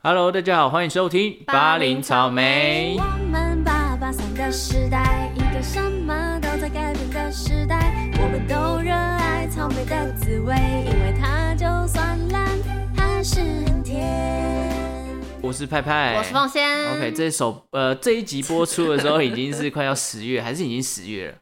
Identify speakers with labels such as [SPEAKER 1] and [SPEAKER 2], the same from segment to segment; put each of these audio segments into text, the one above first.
[SPEAKER 1] Hello，大家好，欢迎收听
[SPEAKER 2] 巴黎
[SPEAKER 1] 草莓
[SPEAKER 2] 我们八八三的时代，一个什么都在改变的时代，我们都热爱草莓的滋味，因为它就算烂，还是很甜。
[SPEAKER 1] 我是派派，
[SPEAKER 2] 我是凤仙
[SPEAKER 1] 哎 OK，这首呃这一集播出的时候已经是快要十月， 还是已经十月了？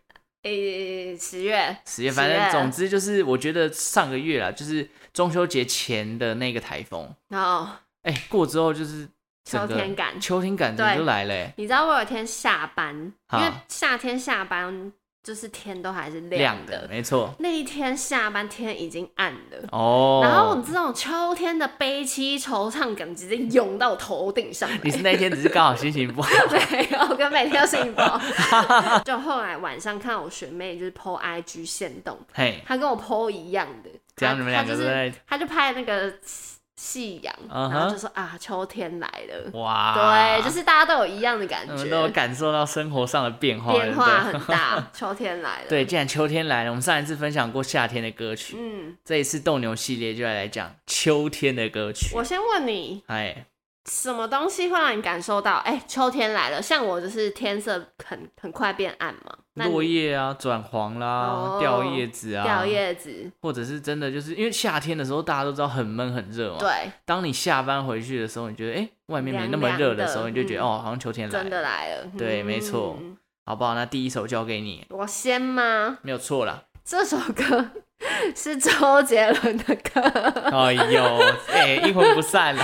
[SPEAKER 2] 诶，十月，
[SPEAKER 1] 十月，反正总之就是，我觉得上个月啦，就是中秋节前的那个台风，
[SPEAKER 2] 然后
[SPEAKER 1] 哎、过之后就是整个
[SPEAKER 2] 秋天感
[SPEAKER 1] 秋天感整个
[SPEAKER 2] 对
[SPEAKER 1] 就来了、哎
[SPEAKER 2] 你知道我有一天下班，
[SPEAKER 1] 啊
[SPEAKER 2] 因为夏天下班就是天都还是亮
[SPEAKER 1] 亮
[SPEAKER 2] 的，
[SPEAKER 1] 的，没错。
[SPEAKER 2] 那一天下班天已经暗了。
[SPEAKER 1] 哦，
[SPEAKER 2] 然后这种秋天的悲凄惆怅感直接涌到我头顶上来。
[SPEAKER 1] 你是那一天只是刚好心情不好，
[SPEAKER 2] 对，我跟每天都是一包。 就后来晚上看我学妹就是 PO IG 线动，
[SPEAKER 1] 嘿，
[SPEAKER 2] 她跟我 PO 一样的，
[SPEAKER 1] 这样你们两
[SPEAKER 2] 她
[SPEAKER 1] 个
[SPEAKER 2] 就
[SPEAKER 1] 都
[SPEAKER 2] 是
[SPEAKER 1] 在
[SPEAKER 2] 她就拍那个夕阳
[SPEAKER 1] 嗯哼
[SPEAKER 2] 然后就说啊，秋天来了。
[SPEAKER 1] 哇，嗯
[SPEAKER 2] 对，就是大家都有一样的感
[SPEAKER 1] 我们都有
[SPEAKER 2] 觉，
[SPEAKER 1] 感受到生活上的变化，
[SPEAKER 2] 变
[SPEAKER 1] 对
[SPEAKER 2] 化
[SPEAKER 1] 不对
[SPEAKER 2] 很 大。秋天来了，
[SPEAKER 1] 对，既然秋天来了，我们上一次分享过夏天的歌曲，
[SPEAKER 2] 嗯，
[SPEAKER 1] 这一次斗牛系列就来来讲秋天的歌曲。
[SPEAKER 2] 我先问你，
[SPEAKER 1] 哎，
[SPEAKER 2] 什么东西会让你感受到？哎、秋天来了。像我就是天色很很快变暗嘛，那你
[SPEAKER 1] 落叶啊，转黄啦，
[SPEAKER 2] 哦
[SPEAKER 1] 掉叶子啊，
[SPEAKER 2] 掉，叶子，
[SPEAKER 1] 或者是真的就是因为夏天的时候大家都知道很闷很热嘛。。
[SPEAKER 2] 对，
[SPEAKER 1] 当你下班回去的时候，你觉得哎、外面没那么
[SPEAKER 2] 凉
[SPEAKER 1] 热
[SPEAKER 2] 凉
[SPEAKER 1] 的
[SPEAKER 2] 的
[SPEAKER 1] 时候，你就觉得、
[SPEAKER 2] 嗯
[SPEAKER 1] 哦，好像秋天来
[SPEAKER 2] 真
[SPEAKER 1] 了，
[SPEAKER 2] 的来了。
[SPEAKER 1] 对没错
[SPEAKER 2] 嗯
[SPEAKER 1] 好不好？那第一首交给你，
[SPEAKER 2] 我先吗？
[SPEAKER 1] 没有错啦。
[SPEAKER 2] 这首歌 是周杰伦的歌。
[SPEAKER 1] 哎呦，哎、阴魂不散了。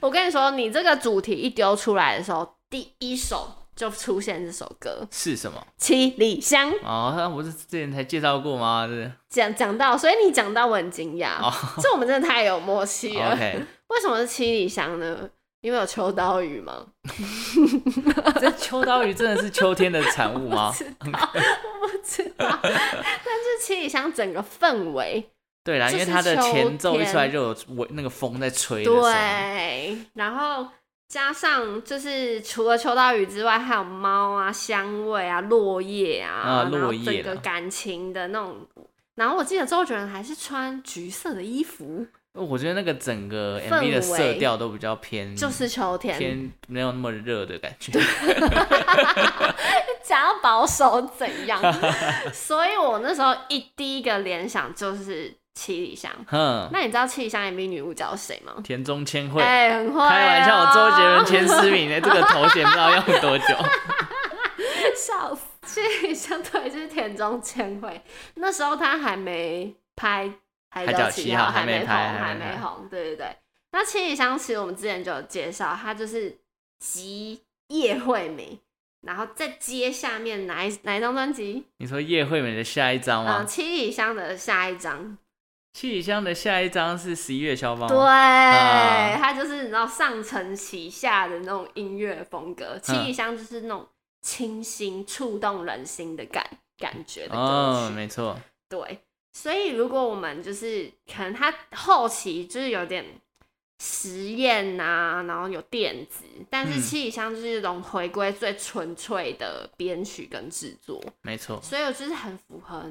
[SPEAKER 2] 我跟你说，你这个主题一丢出来的时候，第一首就出现这首歌
[SPEAKER 1] 是什么？
[SPEAKER 2] 《七里香》。
[SPEAKER 1] 哦，那不是之前才介绍过吗？ 是
[SPEAKER 2] 讲讲到，所以你讲到我很惊讶，
[SPEAKER 1] 哦
[SPEAKER 2] 这我们真的太有默契了。
[SPEAKER 1] OK，
[SPEAKER 2] 为什么是七里香呢？因为有秋刀鱼吗？
[SPEAKER 1] 这秋刀鱼真的是秋天的产物 吗？
[SPEAKER 2] 不知道， 但是七里香整个氛围，
[SPEAKER 1] 对啦，因
[SPEAKER 2] 就
[SPEAKER 1] 为
[SPEAKER 2] 是
[SPEAKER 1] 它的
[SPEAKER 2] 秋
[SPEAKER 1] 前奏一
[SPEAKER 2] 天
[SPEAKER 1] 出来就有微那个风在吹的声音，
[SPEAKER 2] 对，然后加上就是除了秋刀鱼之外，还有猫啊、香味啊、落叶啊，
[SPEAKER 1] 啊
[SPEAKER 2] 然后
[SPEAKER 1] 落叶啦
[SPEAKER 2] 整个感情的那种。然后我记得周杰伦还是穿橘色的衣服，
[SPEAKER 1] 哦我觉得那个整个
[SPEAKER 2] 氛
[SPEAKER 1] MV 的色
[SPEAKER 2] 围
[SPEAKER 1] 调都比较偏，
[SPEAKER 2] 就是秋 天。
[SPEAKER 1] 偏没有那么热的感觉。
[SPEAKER 2] 想要保守怎样？ 所以我那时候一第一个联想就是七里香。
[SPEAKER 1] 哼，
[SPEAKER 2] 那你知道七里香 MV 女巫叫谁吗？
[SPEAKER 1] 田中千惠，
[SPEAKER 2] 哎、很会、哦
[SPEAKER 1] 开玩笑，我周杰伦前十名的哎这个头衔不知道用多 久。
[SPEAKER 2] 笑死！所以相对就是田中千惠，那时候他还没拍《海
[SPEAKER 1] 海角
[SPEAKER 2] 角
[SPEAKER 1] 七
[SPEAKER 2] 七
[SPEAKER 1] 号
[SPEAKER 2] 号》，
[SPEAKER 1] 还
[SPEAKER 2] 还
[SPEAKER 1] 没
[SPEAKER 2] 红，
[SPEAKER 1] 拍还
[SPEAKER 2] 还
[SPEAKER 1] 没
[SPEAKER 2] 没
[SPEAKER 1] 拍
[SPEAKER 2] 红，对对对。那七里香其实我们之前就有介绍，它就是集叶惠美，然后再接下面哪一哪一张专辑？
[SPEAKER 1] 你说叶惠美的下一张
[SPEAKER 2] 嗯，
[SPEAKER 1] 吗？
[SPEAKER 2] 七里香的下一张，
[SPEAKER 1] 七里香的下一张是十一月消防
[SPEAKER 2] 对，
[SPEAKER 1] 吗，啊
[SPEAKER 2] 它哎就是你知道上层旗下的那种音乐风
[SPEAKER 1] 嗯
[SPEAKER 2] 格，七里香就是那种清新、触动人心的感感觉的歌
[SPEAKER 1] 哦，
[SPEAKER 2] 曲。
[SPEAKER 1] 没错，
[SPEAKER 2] 对，所以如果我们就是可能它后期就是有点实验啊，然后有电子，但是
[SPEAKER 1] 嗯
[SPEAKER 2] 七里香就是一种回归最纯粹的编曲跟制作，
[SPEAKER 1] 没 错。
[SPEAKER 2] 所以我就是很符合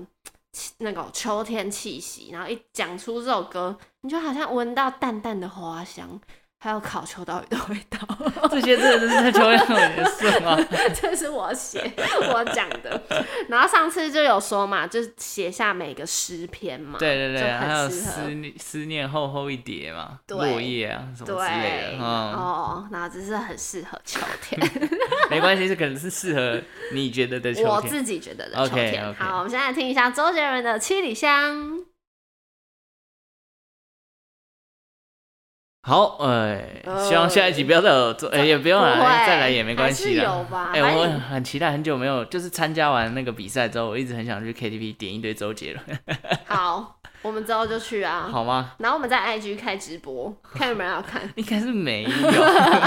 [SPEAKER 2] 那个秋天气息。然后一讲出这首歌，你就好像闻到淡淡的花香。还有烤秋刀鱼的味道，
[SPEAKER 1] 这些真的是在秋天的事吗？
[SPEAKER 2] 这是我写我讲的。然后上次就有说嘛，就是写下每个诗篇嘛。
[SPEAKER 1] 对对对，
[SPEAKER 2] 就很
[SPEAKER 1] 还有
[SPEAKER 2] 适合
[SPEAKER 1] 思念思念厚厚一叠嘛，
[SPEAKER 2] 对
[SPEAKER 1] 落叶啊什么
[SPEAKER 2] 对，
[SPEAKER 1] 之类的，嗯，
[SPEAKER 2] 哦，然后只是很适合秋天，
[SPEAKER 1] 没关系，这可能是适合你觉得的秋
[SPEAKER 2] 我
[SPEAKER 1] 天。
[SPEAKER 2] 自己觉得的秋天。
[SPEAKER 1] OK，OK
[SPEAKER 2] 好，我们现在来听一下周杰伦的《七里香》。
[SPEAKER 1] 好，哎，
[SPEAKER 2] 呃
[SPEAKER 1] 希望下一集不要再有做，哎，也不用了，
[SPEAKER 2] 不会
[SPEAKER 1] 再来也没关系
[SPEAKER 2] 还是有
[SPEAKER 1] 啦。
[SPEAKER 2] 吧？
[SPEAKER 1] 哎，
[SPEAKER 2] 反
[SPEAKER 1] 我
[SPEAKER 2] 正
[SPEAKER 1] 很很期待，很久没有就是参加完那个比赛之后，我一直很想去 KTV 点一堆周杰 伦，
[SPEAKER 2] 好，我们之后就去啊。
[SPEAKER 1] 好 吗？。
[SPEAKER 2] 然后我们在 IG 开直播，看有没有人要看
[SPEAKER 1] 应该是没有，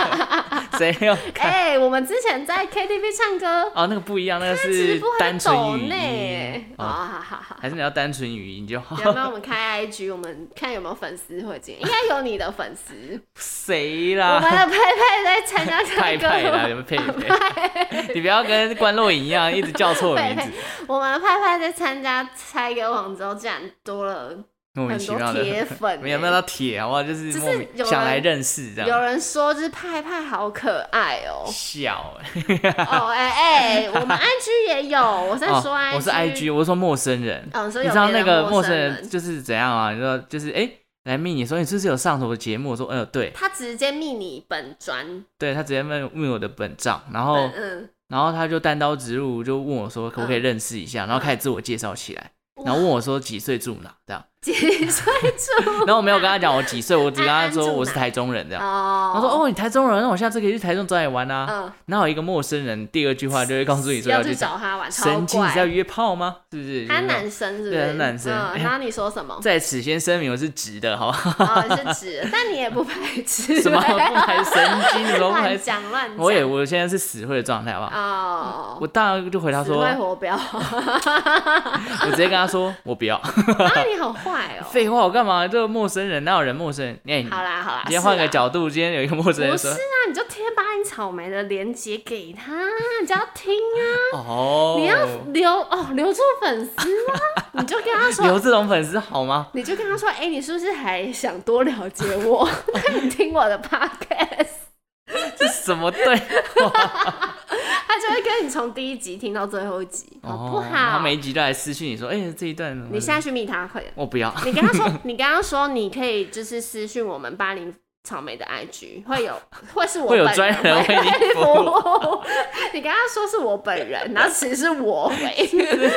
[SPEAKER 1] 谁要看？
[SPEAKER 2] 哎、我们之前在 KTV 唱歌，
[SPEAKER 1] 哦，那个不一样，那个
[SPEAKER 2] 直
[SPEAKER 1] 是
[SPEAKER 2] 播还
[SPEAKER 1] 单
[SPEAKER 2] 在抖
[SPEAKER 1] 纯语
[SPEAKER 2] 内
[SPEAKER 1] 音，，
[SPEAKER 2] 好
[SPEAKER 1] 哦，
[SPEAKER 2] 好好好。
[SPEAKER 1] 还是你要单纯语音就 好。
[SPEAKER 2] 有没有我们开 IG，我们看有没有粉丝会进？应该有你的粉丝。
[SPEAKER 1] 谁
[SPEAKER 2] 我
[SPEAKER 1] 啦？
[SPEAKER 2] 们的派派在参加
[SPEAKER 1] 派
[SPEAKER 2] 唱歌
[SPEAKER 1] 派啦，你们 佩佩，你不要跟关若影一样一直叫错名
[SPEAKER 2] 佩
[SPEAKER 1] 字。
[SPEAKER 2] 我们派派在参加猜歌王之后，竟然多了
[SPEAKER 1] 莫名
[SPEAKER 2] 很
[SPEAKER 1] 其
[SPEAKER 2] 多
[SPEAKER 1] 妙的，
[SPEAKER 2] 铁 粉、
[SPEAKER 1] 没有没有到铁好不好？就是
[SPEAKER 2] 只是
[SPEAKER 1] 莫名
[SPEAKER 2] 有人
[SPEAKER 1] 想来认识这
[SPEAKER 2] 有
[SPEAKER 1] 样，
[SPEAKER 2] 人说就是派派好可爱 哦、
[SPEAKER 1] 笑欸
[SPEAKER 2] 哦哎哎、我们 IG 也有，我在说 IG，、
[SPEAKER 1] 哦，我是 IG，我是说陌生人。
[SPEAKER 2] 嗯，所以
[SPEAKER 1] 你
[SPEAKER 2] 有
[SPEAKER 1] 知道
[SPEAKER 2] 别
[SPEAKER 1] 那
[SPEAKER 2] 的
[SPEAKER 1] 个陌
[SPEAKER 2] 陌
[SPEAKER 1] 生人
[SPEAKER 2] 人，
[SPEAKER 1] 就是怎样啊？你说就是哎、来密你说你是不是有上什么节目？我说嗯、呃，对，
[SPEAKER 2] 他直接密你本专，
[SPEAKER 1] 对他直接问问我的本账，然后、
[SPEAKER 2] 本嗯，
[SPEAKER 1] 然后他就单刀直入就问我说可不可以认识一下，然后开始自我介绍起来，然后问我说几岁住哪这样，
[SPEAKER 2] 几岁 住？
[SPEAKER 1] 然后我没有跟他讲我几岁，我只跟他
[SPEAKER 2] 安安
[SPEAKER 1] 说
[SPEAKER 2] 住
[SPEAKER 1] 我是
[SPEAKER 2] 哪
[SPEAKER 1] 台中人这样。
[SPEAKER 2] 哦，
[SPEAKER 1] 他说：“哦，你台中人，那我下次可以去台中找你玩啊。”
[SPEAKER 2] 嗯，
[SPEAKER 1] 哪有一个陌生人第二句话就会告诉你说
[SPEAKER 2] 要
[SPEAKER 1] 去
[SPEAKER 2] 去找他玩，超
[SPEAKER 1] 神经你是要
[SPEAKER 2] 怪。
[SPEAKER 1] 约炮吗？是不是？
[SPEAKER 2] 他
[SPEAKER 1] 有没有
[SPEAKER 2] 男生是不是？
[SPEAKER 1] 对他是男生哎
[SPEAKER 2] 嗯，然后你说什 么？
[SPEAKER 1] 在此先声明，我是直的，好 吧？
[SPEAKER 2] 哦，你是直，但你也不排斥。
[SPEAKER 1] 什么不 排神经，什么不排
[SPEAKER 2] 乱？讲乱 讲。
[SPEAKER 1] 我也，我现在是死会的状态，好不好？
[SPEAKER 2] 哦，
[SPEAKER 1] 我当然就回他
[SPEAKER 2] 只
[SPEAKER 1] 说，
[SPEAKER 2] 会
[SPEAKER 1] 我
[SPEAKER 2] 活标。
[SPEAKER 1] 直接跟他说，我不要。
[SPEAKER 2] 啊，你好坏哦。
[SPEAKER 1] 废话，我干嘛？这个陌生人，哪有人陌生人？哎，你
[SPEAKER 2] 好啦好啦，
[SPEAKER 1] 今天换
[SPEAKER 2] 是
[SPEAKER 1] 个
[SPEAKER 2] 啦
[SPEAKER 1] 角度，今天有一个陌生人
[SPEAKER 2] 不
[SPEAKER 1] 说
[SPEAKER 2] 是，啊，你就贴八音草莓的链接给他，你只要听啊，
[SPEAKER 1] 哦，
[SPEAKER 2] 你要留哦留住 粉丝啊，你就跟他
[SPEAKER 1] 留
[SPEAKER 2] 说，
[SPEAKER 1] 这种粉丝好吗？
[SPEAKER 2] 你就跟他说，哎、你是不是还想多了解 我？那你听我的 podcast，
[SPEAKER 1] 这什么对？
[SPEAKER 2] 他就会跟你从第一集听到最后一集，好不
[SPEAKER 1] 哦他
[SPEAKER 2] 好？
[SPEAKER 1] 每一集都来私讯你说，哎，这一段
[SPEAKER 2] 你现在去密他可以，
[SPEAKER 1] 我不要。
[SPEAKER 2] 你跟他说，你跟他说，你可以就是私讯我们八零。草莓的 IG 会有，会是我
[SPEAKER 1] 会有
[SPEAKER 2] 本
[SPEAKER 1] 专人为你
[SPEAKER 2] 会
[SPEAKER 1] 服
[SPEAKER 2] 服
[SPEAKER 1] 务
[SPEAKER 2] 务。 你跟他说是我本人，然后其实是我回。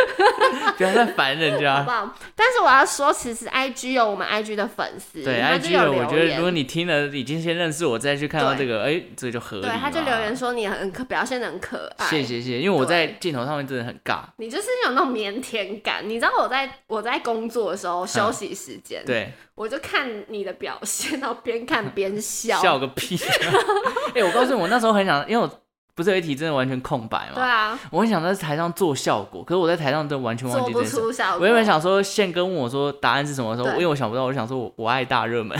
[SPEAKER 1] 不要再烦人
[SPEAKER 2] 好
[SPEAKER 1] 家
[SPEAKER 2] 不。好？但是我要说，其实 IG 有我们 IG 的粉丝，
[SPEAKER 1] 对
[SPEAKER 2] 他就
[SPEAKER 1] ，IG
[SPEAKER 2] 有
[SPEAKER 1] 的
[SPEAKER 2] 留
[SPEAKER 1] 我
[SPEAKER 2] 言，
[SPEAKER 1] 觉得如果你听了已经先认识我，再去看到这
[SPEAKER 2] 对
[SPEAKER 1] 个，哎，这个就合理
[SPEAKER 2] 对
[SPEAKER 1] 嘛。
[SPEAKER 2] 他就留言说你很可表现的很可爱，
[SPEAKER 1] 谢谢谢谢，因为我
[SPEAKER 2] 对
[SPEAKER 1] 在镜头上面真的很尬。
[SPEAKER 2] 你就是有那种腼腆感。你知道我在我在工作的时候休息时间，，
[SPEAKER 1] 对，
[SPEAKER 2] 我就看你的表现，然后边看边笑，
[SPEAKER 1] 笑个屁！ 哎，我告诉你，我那时候很想，因为我不是有一题真的完全空白
[SPEAKER 2] 对
[SPEAKER 1] 嘛，
[SPEAKER 2] 啊，
[SPEAKER 1] 我很想在台上做效果，可是我在台上真的完全忘
[SPEAKER 2] 做
[SPEAKER 1] 记
[SPEAKER 2] 不
[SPEAKER 1] 这件事。
[SPEAKER 2] 出效果。
[SPEAKER 1] 我原本想说，宪哥问我说答案是什么的时候，
[SPEAKER 2] 对
[SPEAKER 1] 因为我想不到，我想说我我爱大热门，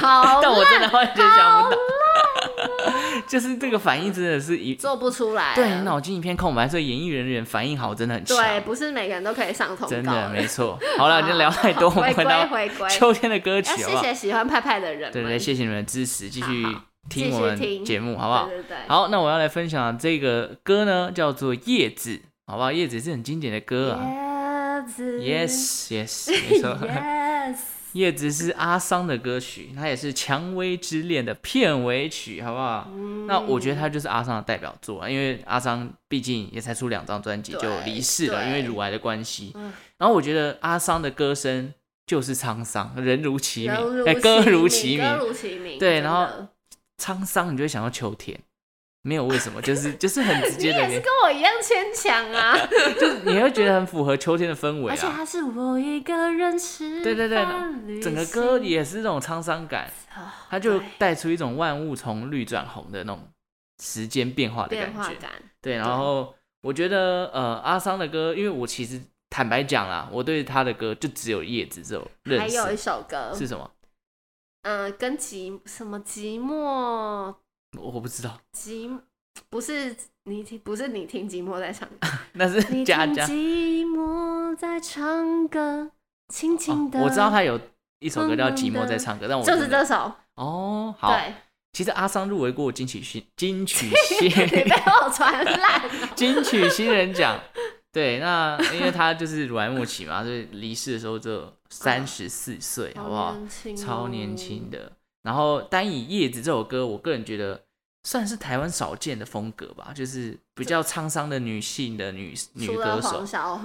[SPEAKER 2] 好
[SPEAKER 1] 但我真
[SPEAKER 2] 烂，
[SPEAKER 1] 的完全想不到， 就是这个反应真的是一
[SPEAKER 2] 做不出来啊，
[SPEAKER 1] 对脑筋一片空白，所以演艺人员反应好真的很强，
[SPEAKER 2] 对，不是每个人都可以上通告
[SPEAKER 1] 真的没错。好 了，就聊太多，我们
[SPEAKER 2] 回
[SPEAKER 1] 回
[SPEAKER 2] 归
[SPEAKER 1] 到
[SPEAKER 2] 回归，
[SPEAKER 1] 秋天的歌
[SPEAKER 2] 要
[SPEAKER 1] 曲好
[SPEAKER 2] 谢
[SPEAKER 1] 不好？
[SPEAKER 2] 谢喜欢派派的人
[SPEAKER 1] 对
[SPEAKER 2] 们，
[SPEAKER 1] 对，谢谢你们的支持，继续
[SPEAKER 2] 好好
[SPEAKER 1] 听
[SPEAKER 2] 继
[SPEAKER 1] 我
[SPEAKER 2] 续
[SPEAKER 1] 们
[SPEAKER 2] 听
[SPEAKER 1] 节目好不好？
[SPEAKER 2] 对对对。
[SPEAKER 1] 好，那我要来分享这个歌呢，叫做《叶子》，好不好？《叶子》是很经典的歌啊。
[SPEAKER 2] 椰子
[SPEAKER 1] Yes, yes，没 错。
[SPEAKER 2] yes，
[SPEAKER 1] 叶子是阿桑的歌曲，它也是《蔷薇之恋》的片尾曲，好不好？
[SPEAKER 2] 嗯
[SPEAKER 1] 那我觉得它就是阿桑的代表作啊，因为阿桑毕竟也才出两张专辑
[SPEAKER 2] 对
[SPEAKER 1] 就离世了，
[SPEAKER 2] 对
[SPEAKER 1] 因为乳癌的关系
[SPEAKER 2] 嗯。
[SPEAKER 1] 然后我觉得阿桑的歌声就是沧桑，人如其名
[SPEAKER 2] 人，
[SPEAKER 1] 哎，歌如
[SPEAKER 2] 如
[SPEAKER 1] 其
[SPEAKER 2] 歌
[SPEAKER 1] 名，
[SPEAKER 2] 如其名。
[SPEAKER 1] 对
[SPEAKER 2] 真的
[SPEAKER 1] 然后沧桑你就会想到秋天，没有为什么，就是就是很直
[SPEAKER 2] 你
[SPEAKER 1] 接的
[SPEAKER 2] 也
[SPEAKER 1] 联想，
[SPEAKER 2] 是跟我一样牵 强啊，
[SPEAKER 1] 你会觉得很符合秋天的氛围
[SPEAKER 2] 而且
[SPEAKER 1] 啊。
[SPEAKER 2] 还是我一个人吃
[SPEAKER 1] 对对对
[SPEAKER 2] 饭旅
[SPEAKER 1] 整个
[SPEAKER 2] 行
[SPEAKER 1] 歌也是这种沧桑感，
[SPEAKER 2] 啊
[SPEAKER 1] 它就
[SPEAKER 2] 对
[SPEAKER 1] 带出一种万物从绿转红的那种时间变化的
[SPEAKER 2] 变
[SPEAKER 1] 感
[SPEAKER 2] 化
[SPEAKER 1] 觉。
[SPEAKER 2] 感，
[SPEAKER 1] 对，然后我觉得呃，阿桑的歌，因为我其实坦白讲啦，我对他的歌就只有《叶子》这首
[SPEAKER 2] 还
[SPEAKER 1] 认
[SPEAKER 2] 有一
[SPEAKER 1] 识。
[SPEAKER 2] 首歌，
[SPEAKER 1] 是什么？
[SPEAKER 2] 嗯、跟寂什么寂寞
[SPEAKER 1] 我我不知道，
[SPEAKER 2] 寂，不是你听，不是你听寂寞在唱歌，
[SPEAKER 1] 那是
[SPEAKER 2] 你
[SPEAKER 1] 佳
[SPEAKER 2] 听
[SPEAKER 1] 佳。哦
[SPEAKER 2] 寂寞在唱歌，轻轻
[SPEAKER 1] 哦
[SPEAKER 2] 的、
[SPEAKER 1] 我知道他有一首歌叫《
[SPEAKER 2] 慢慢
[SPEAKER 1] 寂寞
[SPEAKER 2] 地
[SPEAKER 1] 在唱歌》，但我
[SPEAKER 2] 就是
[SPEAKER 1] 真的
[SPEAKER 2] 这首，
[SPEAKER 1] 哦。好，
[SPEAKER 2] 对，
[SPEAKER 1] 其实阿桑入围过金曲新金曲
[SPEAKER 2] 你
[SPEAKER 1] 新
[SPEAKER 2] 被我传烂了。
[SPEAKER 1] 金曲新人奖。对，那因为他就是乳癌末期嘛，所以离世的时候就三十四岁， 好不好？
[SPEAKER 2] 年轻哦
[SPEAKER 1] 超年轻。的。然后单以《叶子》这首歌，我个人觉得算是台湾少见的风格吧，就是比较沧桑的女性的女女
[SPEAKER 2] 除了
[SPEAKER 1] 歌
[SPEAKER 2] 黄
[SPEAKER 1] 手。
[SPEAKER 2] 小琥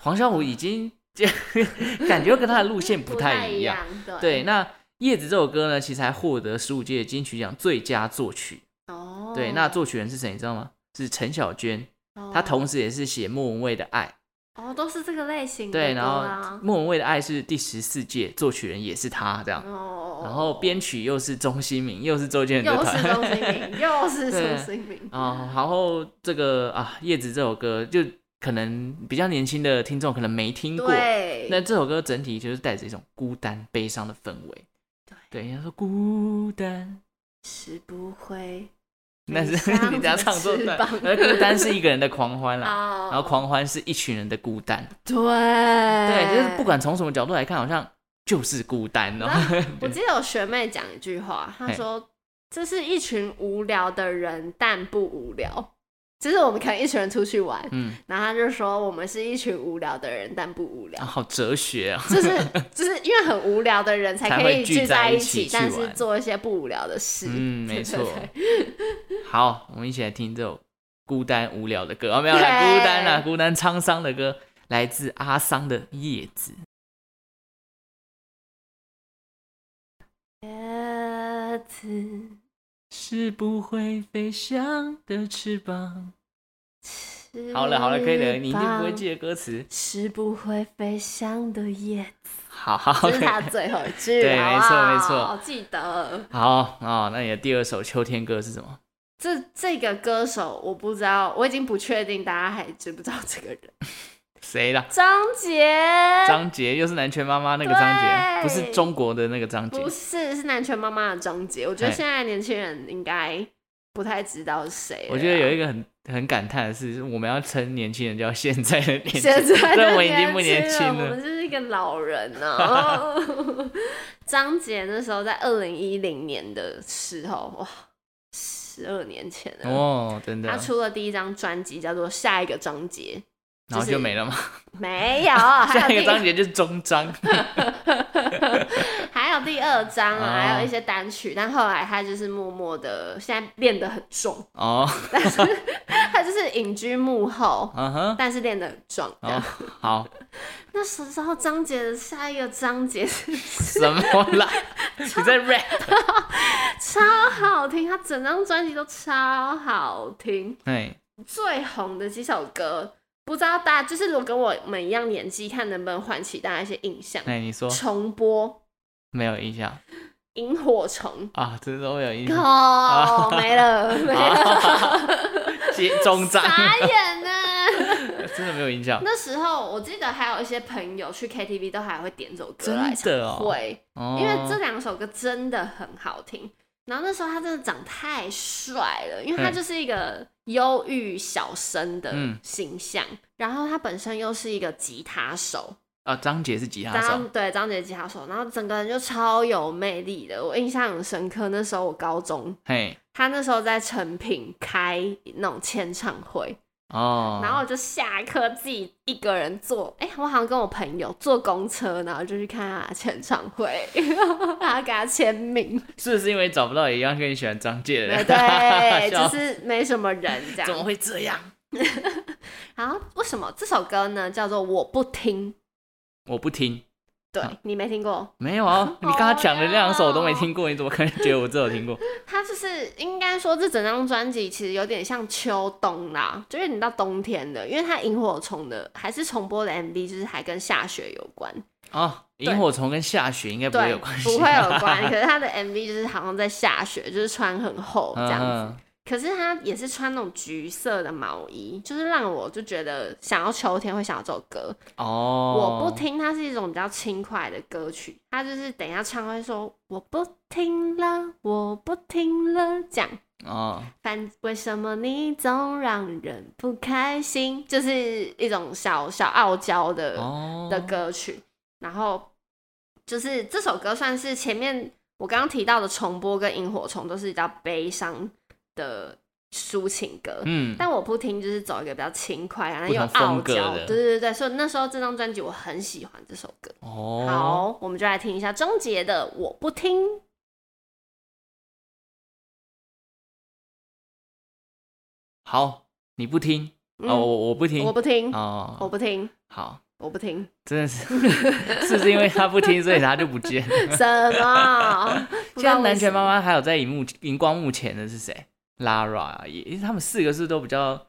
[SPEAKER 1] 黄小琥已经 感觉跟她的路线不太一
[SPEAKER 2] 一
[SPEAKER 1] 样。，对，
[SPEAKER 2] 对
[SPEAKER 1] 那《叶子》这首歌呢，其实还获得十五届金曲奖最佳作曲。
[SPEAKER 2] 哦
[SPEAKER 1] 对，那作曲人是谁？你知道吗？是陈小娟，她同时也是写莫文蔚的《爱》。
[SPEAKER 2] 哦都是这个类型的
[SPEAKER 1] 对，
[SPEAKER 2] 歌
[SPEAKER 1] 然后
[SPEAKER 2] 啊
[SPEAKER 1] 莫文蔚的《爱》是第十四届，作曲人也是她，这样。
[SPEAKER 2] 哦，
[SPEAKER 1] 嗯然后编曲又是钟兴民，又是周杰伦的
[SPEAKER 2] 又是
[SPEAKER 1] 团。
[SPEAKER 2] 钟兴明，又是
[SPEAKER 1] 对
[SPEAKER 2] 钟兴明，
[SPEAKER 1] 啊、然后这个啊，《叶子》这首歌就可能比较年轻的听众可能没听过，
[SPEAKER 2] 对，
[SPEAKER 1] 那这首歌整体就是带着一种孤单、悲伤的氛围。对，人家说孤单，
[SPEAKER 2] 是不会
[SPEAKER 1] 那是
[SPEAKER 2] 悲伤
[SPEAKER 1] 你等下唱错
[SPEAKER 2] 的
[SPEAKER 1] 段
[SPEAKER 2] 翅 膀，
[SPEAKER 1] 而孤单是一个人的狂欢啦，
[SPEAKER 2] 哦，
[SPEAKER 1] 然后狂欢是一群人的孤单。
[SPEAKER 2] 对
[SPEAKER 1] 对，
[SPEAKER 2] 对
[SPEAKER 1] 就是不管从什么角度来看，好像就是孤单哦。
[SPEAKER 2] 我记得有学妹讲一句话，她
[SPEAKER 1] 嘿
[SPEAKER 2] 说：“这是一群无聊的人，但不无聊。”就是我们可能一群人出去玩，
[SPEAKER 1] 嗯，
[SPEAKER 2] 然后她就说我们是一群无聊的人，但不无 聊
[SPEAKER 1] 啊，。好哲学啊！
[SPEAKER 2] 就是就是因为很无聊的人才
[SPEAKER 1] 才
[SPEAKER 2] 可
[SPEAKER 1] 会
[SPEAKER 2] 以
[SPEAKER 1] 聚
[SPEAKER 2] 聚
[SPEAKER 1] 在
[SPEAKER 2] 在
[SPEAKER 1] 一
[SPEAKER 2] 一
[SPEAKER 1] 起
[SPEAKER 2] 起，
[SPEAKER 1] 去
[SPEAKER 2] 但是
[SPEAKER 1] 玩
[SPEAKER 2] 做一些不无聊的事。
[SPEAKER 1] 嗯，没
[SPEAKER 2] 对
[SPEAKER 1] 错
[SPEAKER 2] 对对。
[SPEAKER 1] 好，我们一起来听这首孤单无聊的歌啊，没有啦，
[SPEAKER 2] 对
[SPEAKER 1] 孤单啦，孤单沧桑的歌，来自阿桑的《叶子》。
[SPEAKER 2] 叶子
[SPEAKER 1] 是不会飞翔的翅膀。
[SPEAKER 2] 翅
[SPEAKER 1] 好了好了，可以了，你一定不会
[SPEAKER 2] 膀
[SPEAKER 1] 记得歌词。
[SPEAKER 2] 是不会飞翔的叶子，
[SPEAKER 1] 好好，
[SPEAKER 2] 这是
[SPEAKER 1] OK
[SPEAKER 2] 他的最后一 句，
[SPEAKER 1] 对
[SPEAKER 2] 好不
[SPEAKER 1] 没错
[SPEAKER 2] 好
[SPEAKER 1] 没错
[SPEAKER 2] 记得
[SPEAKER 1] 好哦，那你的第二首秋天歌是什么？
[SPEAKER 2] 这这个歌手，我不知道，我已经不确定大家还知不知道这个人，
[SPEAKER 1] 谁啦？
[SPEAKER 2] 张杰，
[SPEAKER 1] 张杰，又是南拳妈妈那个张杰，不
[SPEAKER 2] 对
[SPEAKER 1] 是中国的那个张杰
[SPEAKER 2] 不。是是南拳妈妈的张杰，我觉得
[SPEAKER 1] 嘿
[SPEAKER 2] 现在年轻人应该不太知道是谁了啊，
[SPEAKER 1] 我觉得有一个很很感叹的是，我们要称年轻人叫现在的年轻
[SPEAKER 2] 现
[SPEAKER 1] 人，
[SPEAKER 2] 在
[SPEAKER 1] 但
[SPEAKER 2] 的
[SPEAKER 1] 我已经不年轻
[SPEAKER 2] 轻我
[SPEAKER 1] 了
[SPEAKER 2] 们。就是一个老人呢、 哦张杰那时候在二零一零年的时候，哇，十二年前了。
[SPEAKER 1] 哦，真的
[SPEAKER 2] 他，出了第一张专辑，叫做《下一个章节
[SPEAKER 1] 然后就没了吗？》，
[SPEAKER 2] 没有，还有
[SPEAKER 1] 下一个
[SPEAKER 2] 第
[SPEAKER 1] 章节就是终章。
[SPEAKER 2] 还有第二张啊，
[SPEAKER 1] 哦
[SPEAKER 2] 还有一些单曲，但后来他就是默默的，现在练得很重，
[SPEAKER 1] 哦，
[SPEAKER 2] 他就是隐居幕后，
[SPEAKER 1] 嗯哼，
[SPEAKER 2] 但是练得很壮。这
[SPEAKER 1] 哦
[SPEAKER 2] 样，
[SPEAKER 1] 好，
[SPEAKER 2] 那时候张杰的下一个章节是
[SPEAKER 1] 什么 啦？你在 rap？
[SPEAKER 2] 超好听，他整张专辑都超好听。
[SPEAKER 1] 哎，
[SPEAKER 2] 最红的几首歌，不知道大家就是如果跟我们一样年纪，看能不能唤起大家一些印象。
[SPEAKER 1] 哎，你说
[SPEAKER 2] 重播《
[SPEAKER 1] 没有印象
[SPEAKER 2] 萤火虫
[SPEAKER 1] 啊？这都没有印》象。
[SPEAKER 2] 哦，没了没
[SPEAKER 1] 啊
[SPEAKER 2] 了，
[SPEAKER 1] 结终章，
[SPEAKER 2] 傻眼呢。
[SPEAKER 1] 真的没有印象。
[SPEAKER 2] 那时候我记得还有一些朋友去 KTV 都还会点这首歌来唱，
[SPEAKER 1] 真的哦
[SPEAKER 2] 会，
[SPEAKER 1] 哦，
[SPEAKER 2] 因为这两首歌真的很好听。然后那时候他真的长太帅了，因为他
[SPEAKER 1] 嗯
[SPEAKER 2] 就是一个忧郁小生的
[SPEAKER 1] 嗯
[SPEAKER 2] 形象，然后他本身又是一个吉他手，
[SPEAKER 1] 啊，张杰是吉他
[SPEAKER 2] 张
[SPEAKER 1] 手，
[SPEAKER 2] 对张杰吉他手，然后整个人就超有魅力的，我印象很深刻。那时候我高中，
[SPEAKER 1] 嘿，
[SPEAKER 2] 他那时候在成品开那种签唱会，
[SPEAKER 1] 哦，
[SPEAKER 2] 然后我就下课自己一个人坐，哎、我好像跟我朋友坐公车，然后就去看他的签唱会， 然后给他签名。
[SPEAKER 1] 是不是因为找不到一样跟你喜欢张杰的
[SPEAKER 2] 对
[SPEAKER 1] 人？
[SPEAKER 2] 对，
[SPEAKER 1] 笑
[SPEAKER 2] 就是没什么人这
[SPEAKER 1] 怎么
[SPEAKER 2] 样。
[SPEAKER 1] 会这样？
[SPEAKER 2] 然后为什么这首歌呢？叫做《我不听》，
[SPEAKER 1] 我不听，
[SPEAKER 2] 对
[SPEAKER 1] 嗯
[SPEAKER 2] 你没听过？
[SPEAKER 1] 没有 啊，你刚刚讲的那两首我都没听过，你怎么可能觉得我这有听过？
[SPEAKER 2] 它就是应该说，这整张专辑其实有点像秋冬啦，就是你到冬天的，因为它萤火虫的还是重播的 MV，就是还跟下雪有关，
[SPEAKER 1] 哦，萤火虫跟下雪应该不会
[SPEAKER 2] 对
[SPEAKER 1] 有关，系，嗯
[SPEAKER 2] 不会 有关。可是它的 MV 就是好像在下雪，就是穿很厚这样子。
[SPEAKER 1] 嗯
[SPEAKER 2] 可是它也是穿那种橘色的毛衣，就是让我就觉得想要秋天会想要这首歌。
[SPEAKER 1] 哦，
[SPEAKER 2] 我不，听，它是一种比较轻快的歌曲，它就是等一下唱会说我不听了，我不听了这样。
[SPEAKER 1] 哦，
[SPEAKER 2] 反为什么你总让人不开心？就是一种小小傲娇的、
[SPEAKER 1] 哦
[SPEAKER 2] 的歌曲。然后就是这首歌算是前面我刚刚提到的重播跟萤火虫都是比较悲伤的抒情歌。
[SPEAKER 1] 嗯，
[SPEAKER 2] 但我不听，就是走一个比较轻快啊，然后
[SPEAKER 1] 不
[SPEAKER 2] 又
[SPEAKER 1] 同
[SPEAKER 2] 傲
[SPEAKER 1] 风格
[SPEAKER 2] 娇，
[SPEAKER 1] 的
[SPEAKER 2] 对对对，所以那时候这张专辑我很喜欢这首歌。
[SPEAKER 1] 哦，
[SPEAKER 2] 好，我们就来听一下张杰的《我不听》。
[SPEAKER 1] 好，你不听，
[SPEAKER 2] 嗯
[SPEAKER 1] 哦，我我不听，
[SPEAKER 2] 我不听，
[SPEAKER 1] 哦，
[SPEAKER 2] 我不听，
[SPEAKER 1] 好，
[SPEAKER 2] 我不听。
[SPEAKER 1] 真的是，是不是因为他不听，所以他就不见了？
[SPEAKER 2] 什 么？
[SPEAKER 1] 现在南拳妈
[SPEAKER 2] 妈
[SPEAKER 1] 妈还有在荧幕荧光幕前的是谁？Lara 也，他们四个是都比较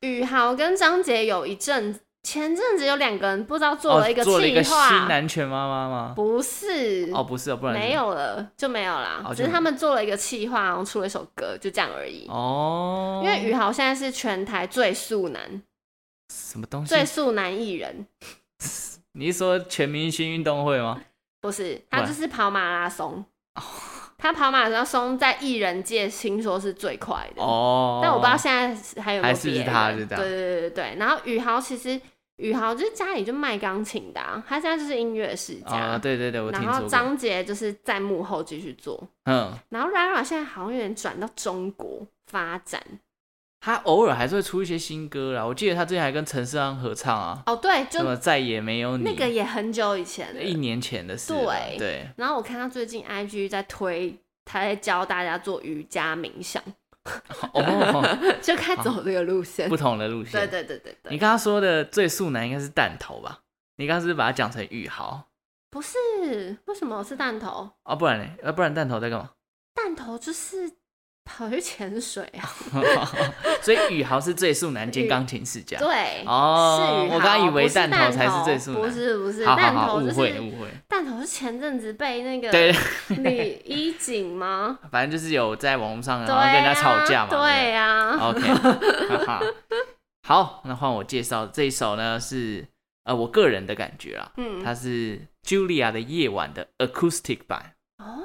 [SPEAKER 2] 宇豪跟张杰有一阵，前阵子有两个人不知道做
[SPEAKER 1] 哦
[SPEAKER 2] 了一个
[SPEAKER 1] 做了一
[SPEAKER 2] 计
[SPEAKER 1] 个新
[SPEAKER 2] 划，
[SPEAKER 1] 南拳妈妈吗？
[SPEAKER 2] 不是，
[SPEAKER 1] 哦，不是哦，不然是
[SPEAKER 2] 没有了，就没有啦。
[SPEAKER 1] 哦就
[SPEAKER 2] 只是他们做了一个计划，然后出了一首歌，就这样而已。
[SPEAKER 1] 哦，
[SPEAKER 2] 因为宇豪现在是全台最速男、
[SPEAKER 1] 什么东西？
[SPEAKER 2] 最速男艺人，
[SPEAKER 1] 你是说全明星运动会吗？
[SPEAKER 2] 不是他
[SPEAKER 1] 喂
[SPEAKER 2] 就是跑马拉松。
[SPEAKER 1] 哦
[SPEAKER 2] 他跑马拉松在艺人界听说是最快的
[SPEAKER 1] 哦，
[SPEAKER 2] 但我不知道现在还有没
[SPEAKER 1] 还
[SPEAKER 2] 有
[SPEAKER 1] 是不是
[SPEAKER 2] 别人
[SPEAKER 1] 他就这样
[SPEAKER 2] 对对对对对。然后宇豪其实宇豪就是家里就卖钢琴的、啊，他现在就是音乐世家。
[SPEAKER 1] 啊，对对对，我听
[SPEAKER 2] 然
[SPEAKER 1] 说
[SPEAKER 2] 后
[SPEAKER 1] 过，
[SPEAKER 2] 张杰就是在幕后继续做，
[SPEAKER 1] 嗯，
[SPEAKER 2] 然后 Rara 现在好像有点转到中国发展。
[SPEAKER 1] 他偶尔还是会出一些新歌啦。我记得他之前还跟陈思安合唱啊，
[SPEAKER 2] 哦，对，就
[SPEAKER 1] 什么再也没有你，
[SPEAKER 2] 那个也很久以前
[SPEAKER 1] 一
[SPEAKER 2] 了。
[SPEAKER 1] 年前的事了，
[SPEAKER 2] 对
[SPEAKER 1] 对，
[SPEAKER 2] 然后我看他最近 IG 在推，他在教大家做瑜伽冥想，
[SPEAKER 1] 哦，
[SPEAKER 2] 就开始走这个路线
[SPEAKER 1] 不。同的路线。
[SPEAKER 2] 对对对对
[SPEAKER 1] 你
[SPEAKER 2] 对，
[SPEAKER 1] 刚刚说的最素男应该是弹头吧？你刚刚是不是把它讲成宇豪
[SPEAKER 2] 不是为什么我是弹头？
[SPEAKER 1] 啊？不然呢？呃，不然弹头在干嘛？
[SPEAKER 2] 弹头就是跑去潜水啊。
[SPEAKER 1] 所以宇豪是最素男兼
[SPEAKER 2] 宇
[SPEAKER 1] 钢琴世家。
[SPEAKER 2] 对，
[SPEAKER 1] 哦
[SPEAKER 2] 是宇，豪
[SPEAKER 1] 我刚以为
[SPEAKER 2] 不是
[SPEAKER 1] 弹头才是
[SPEAKER 2] 头
[SPEAKER 1] 最素男。
[SPEAKER 2] 不是不是，
[SPEAKER 1] 好好
[SPEAKER 2] 弹
[SPEAKER 1] 好，
[SPEAKER 2] 头
[SPEAKER 1] 误
[SPEAKER 2] 就
[SPEAKER 1] 会
[SPEAKER 2] 是
[SPEAKER 1] 误会。
[SPEAKER 2] 弹头是前阵子被那个
[SPEAKER 1] 对，
[SPEAKER 2] 李衣 锦吗？
[SPEAKER 1] 反正就是有在网络上，然
[SPEAKER 2] 对啊
[SPEAKER 1] 后嗯跟人家吵架嘛。
[SPEAKER 2] 对呀、啊，
[SPEAKER 1] OK，哈哈。好，那换我介绍这一首呢，是呃我个人的感觉啦，
[SPEAKER 2] 嗯，
[SPEAKER 1] 它是 Julia 的夜晚的 acoustic 版。
[SPEAKER 2] 哦，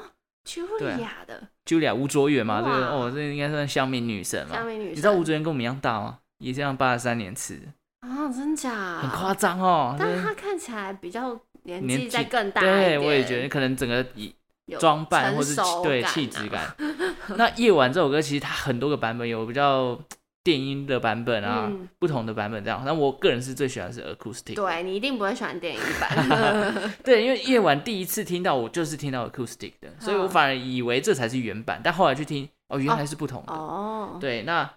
[SPEAKER 1] 对
[SPEAKER 2] 茱莉亚的
[SPEAKER 1] Julia 吴卓源嘛，这个
[SPEAKER 2] 哇
[SPEAKER 1] 哦，这应该算香米女神嘛。
[SPEAKER 2] 下面女
[SPEAKER 1] 啊你
[SPEAKER 2] 生，
[SPEAKER 1] 知道吴卓源跟我们一样大吗？也这样八十三年次，
[SPEAKER 2] 啊，真假？
[SPEAKER 1] 很夸张哦。
[SPEAKER 2] 但
[SPEAKER 1] 真的
[SPEAKER 2] 她看起来比较年
[SPEAKER 1] 年
[SPEAKER 2] 纪再
[SPEAKER 1] 纪
[SPEAKER 2] 更大一
[SPEAKER 1] 对，
[SPEAKER 2] 点，
[SPEAKER 1] 我也觉得可能整个以
[SPEAKER 2] 有
[SPEAKER 1] 装扮或
[SPEAKER 2] 成
[SPEAKER 1] 是气
[SPEAKER 2] 熟
[SPEAKER 1] 对
[SPEAKER 2] 感
[SPEAKER 1] 气
[SPEAKER 2] 啊
[SPEAKER 1] 质 感。那夜晚这首歌其实它很多个版本，有比较电音的版本啊，
[SPEAKER 2] 嗯
[SPEAKER 1] 不同的版本这样。那我个人是最喜欢的是 acoustic，
[SPEAKER 2] 对你一定不会喜欢电影版，
[SPEAKER 1] 对，因为夜晚第一次听到我就是听到 acoustic 的，所以我
[SPEAKER 2] 嗯
[SPEAKER 1] 反而以为这才是原版，但后来去听哦，原来是不同的。
[SPEAKER 2] 哦，
[SPEAKER 1] 对，那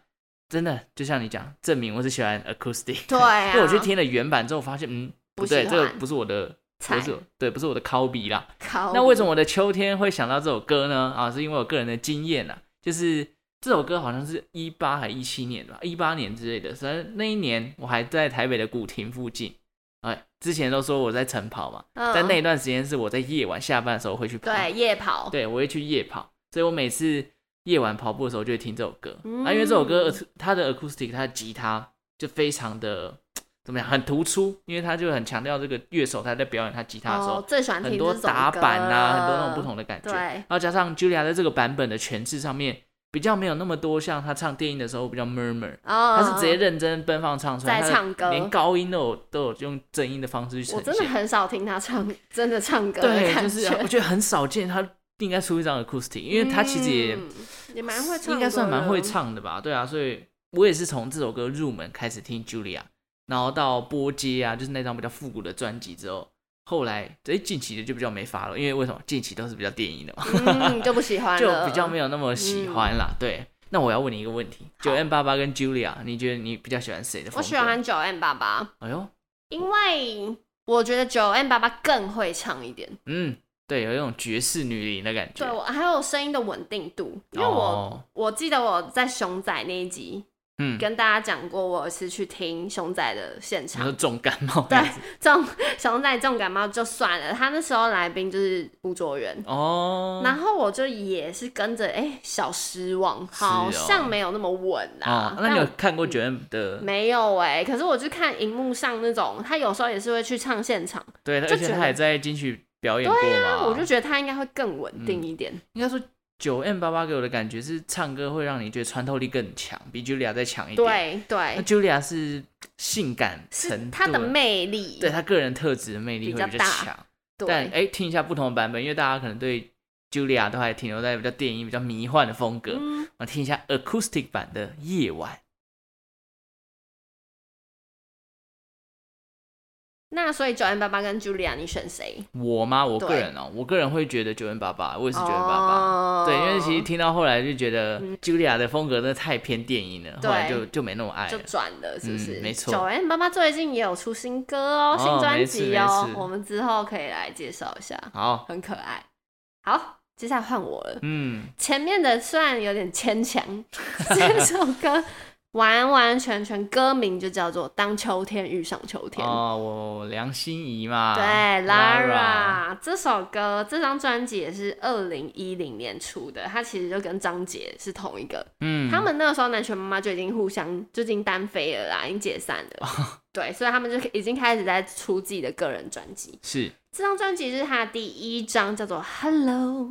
[SPEAKER 1] 真的就像你讲，证明我是喜欢 acoustic，
[SPEAKER 2] 对啊
[SPEAKER 1] 因为我去听了原版之后发现，嗯，
[SPEAKER 2] 不
[SPEAKER 1] 不对，
[SPEAKER 2] 喜
[SPEAKER 1] 这个
[SPEAKER 2] 欢
[SPEAKER 1] 不是我的，不
[SPEAKER 2] 才
[SPEAKER 1] 是我对，不是我的 copy 啦。
[SPEAKER 2] 考
[SPEAKER 1] 那为什
[SPEAKER 2] 么？
[SPEAKER 1] 么我的秋天会想到这首歌呢？啊，是因为我个人的经验啊，就是这首歌好像是一八还一七年吧，一八年之类的。所以那一年我还在台北的古亭附近，哎，之前都说我在晨跑嘛，
[SPEAKER 2] 嗯
[SPEAKER 1] 但那一段时间是我在夜晚下班的时候会去跑，
[SPEAKER 2] 对夜跑，
[SPEAKER 1] 对，我会去夜跑，所以我每次夜晚跑步的时候就会听这首歌。
[SPEAKER 2] 嗯
[SPEAKER 1] 啊，因为这首歌它的 acoustic，它的吉他就非常的怎么样，很突出，因为它就很强调这个乐手他在表演他吉他的时候，
[SPEAKER 2] 哦，最喜欢
[SPEAKER 1] 很
[SPEAKER 2] 听
[SPEAKER 1] 多
[SPEAKER 2] 这种
[SPEAKER 1] 打板啊，很
[SPEAKER 2] 歌
[SPEAKER 1] 多那种不同的感觉。然
[SPEAKER 2] 对，
[SPEAKER 1] 后加上 Julia 在这个版本的诠释上面比较没有那么多像她唱电音的时候比较 murmur，
[SPEAKER 2] 哦，
[SPEAKER 1] 她是直接认真奔放唱出来，
[SPEAKER 2] 在
[SPEAKER 1] 她
[SPEAKER 2] 唱歌
[SPEAKER 1] 连高音都有都有用正音的方式去
[SPEAKER 2] 我
[SPEAKER 1] 呈
[SPEAKER 2] 真的
[SPEAKER 1] 现。
[SPEAKER 2] 很少听他唱，真的唱歌的
[SPEAKER 1] 对，
[SPEAKER 2] 感
[SPEAKER 1] 就是
[SPEAKER 2] 觉
[SPEAKER 1] 我觉得很少见她应该出一张 acoustic，因为她其实也、
[SPEAKER 2] 嗯也蛮会唱歌的，
[SPEAKER 1] 应该算蛮会唱的吧？对啊，所以我也是从这首歌入门开始听 Julia，然后到波街啊，就是那张比较复古的专辑之后，后来哎近期的就比较没发了，因为为什么近期都是比较电影的嘛，
[SPEAKER 2] 嗯，就不喜欢
[SPEAKER 1] 就
[SPEAKER 2] 了，
[SPEAKER 1] 比较没有那么喜
[SPEAKER 2] 嗯
[SPEAKER 1] 欢啦。对，那我要问你一个问题：九 M 八八跟 Julia，你觉得你比较喜欢谁的风格？
[SPEAKER 2] 我喜欢九 M 爸爸，
[SPEAKER 1] 哎呦，
[SPEAKER 2] 因为我觉得九 M 爸爸更会唱一点，
[SPEAKER 1] 嗯，对，有一种爵士女伶的感觉。
[SPEAKER 2] 对我还有声音的稳定度，因为我、
[SPEAKER 1] 哦
[SPEAKER 2] 我记得我在熊仔那一集
[SPEAKER 1] 嗯，
[SPEAKER 2] 跟大家讲过，我有一次去听熊仔的现
[SPEAKER 1] 你 说
[SPEAKER 2] 场。
[SPEAKER 1] 重感冒
[SPEAKER 2] 对
[SPEAKER 1] 那样子，
[SPEAKER 2] 重熊仔重感冒就算了，他那时候来宾就是吴卓源，
[SPEAKER 1] 哦，
[SPEAKER 2] 然后我就也是跟着，哎、小失望，
[SPEAKER 1] 是
[SPEAKER 2] 好
[SPEAKER 1] 哦
[SPEAKER 2] 像没有那么稳啦
[SPEAKER 1] 哦。，那你有
[SPEAKER 2] 但
[SPEAKER 1] 看过九 M 的？
[SPEAKER 2] 嗯没有哎、可是我就看荧幕上那种，他有时候也是会去唱现场，
[SPEAKER 1] 对，
[SPEAKER 2] 就
[SPEAKER 1] 而且他
[SPEAKER 2] 觉得啊
[SPEAKER 1] 还在金曲表演过嘛。
[SPEAKER 2] 我就觉得他应该会更稳定一点。
[SPEAKER 1] 应该说九 M 八八给我的感觉是唱歌会让你觉得穿透力更强，比 Julia 再强一点。，
[SPEAKER 2] 对
[SPEAKER 1] 那
[SPEAKER 2] 对，
[SPEAKER 1] Julia 是性感
[SPEAKER 2] 是
[SPEAKER 1] 程度，啊
[SPEAKER 2] 他的魅力。
[SPEAKER 1] 对她个人特质的魅力会
[SPEAKER 2] 比
[SPEAKER 1] 较
[SPEAKER 2] 较大
[SPEAKER 1] 强。但
[SPEAKER 2] 对，
[SPEAKER 1] 哎，听一下不同的版本，因为大家可能对 Julia 都还停留在比较电音、比较迷幻的风格。
[SPEAKER 2] 嗯，
[SPEAKER 1] 我听一下 acoustic 版的《夜晚》。
[SPEAKER 2] 那所以九 M 八八跟 Julia，你选谁？
[SPEAKER 1] 我吗？我个
[SPEAKER 2] 对
[SPEAKER 1] 人哦、我个人会觉得九 M 八八，我也是九 M 八八。
[SPEAKER 2] 哦
[SPEAKER 1] 对，因为其实听到后来就觉得 Julia 的风格真的太偏电音了，后来
[SPEAKER 2] 对
[SPEAKER 1] 就就没那么爱
[SPEAKER 2] 就
[SPEAKER 1] 了。
[SPEAKER 2] 转了，是不是？
[SPEAKER 1] 嗯没错
[SPEAKER 2] 九 M 八八最近也有出新歌哦，
[SPEAKER 1] 哦
[SPEAKER 2] 新专辑
[SPEAKER 1] 没
[SPEAKER 2] 哦
[SPEAKER 1] 事没，事
[SPEAKER 2] 我们之后可以来介绍一下。
[SPEAKER 1] 好，
[SPEAKER 2] 很可爱。好，接下来换我了。
[SPEAKER 1] 嗯，
[SPEAKER 2] 前面的虽然有点牵强， 这首歌完完全全歌名就叫做《当秋天遇上秋天》。
[SPEAKER 1] 哦，我梁心怡嘛，
[SPEAKER 2] 对，Lara 这首歌，这张专辑也是二零一零年出的，它其实就跟张杰是同一个。
[SPEAKER 1] 嗯，
[SPEAKER 2] 他们那个时候南拳妈妈就已经互相就已经单飞了啦，已经解散
[SPEAKER 1] 哦
[SPEAKER 2] 了。对，所以他们就已经开始在出自己的个人专辑。
[SPEAKER 1] 是，
[SPEAKER 2] 这张专辑是他的第一张，叫做《Hello》。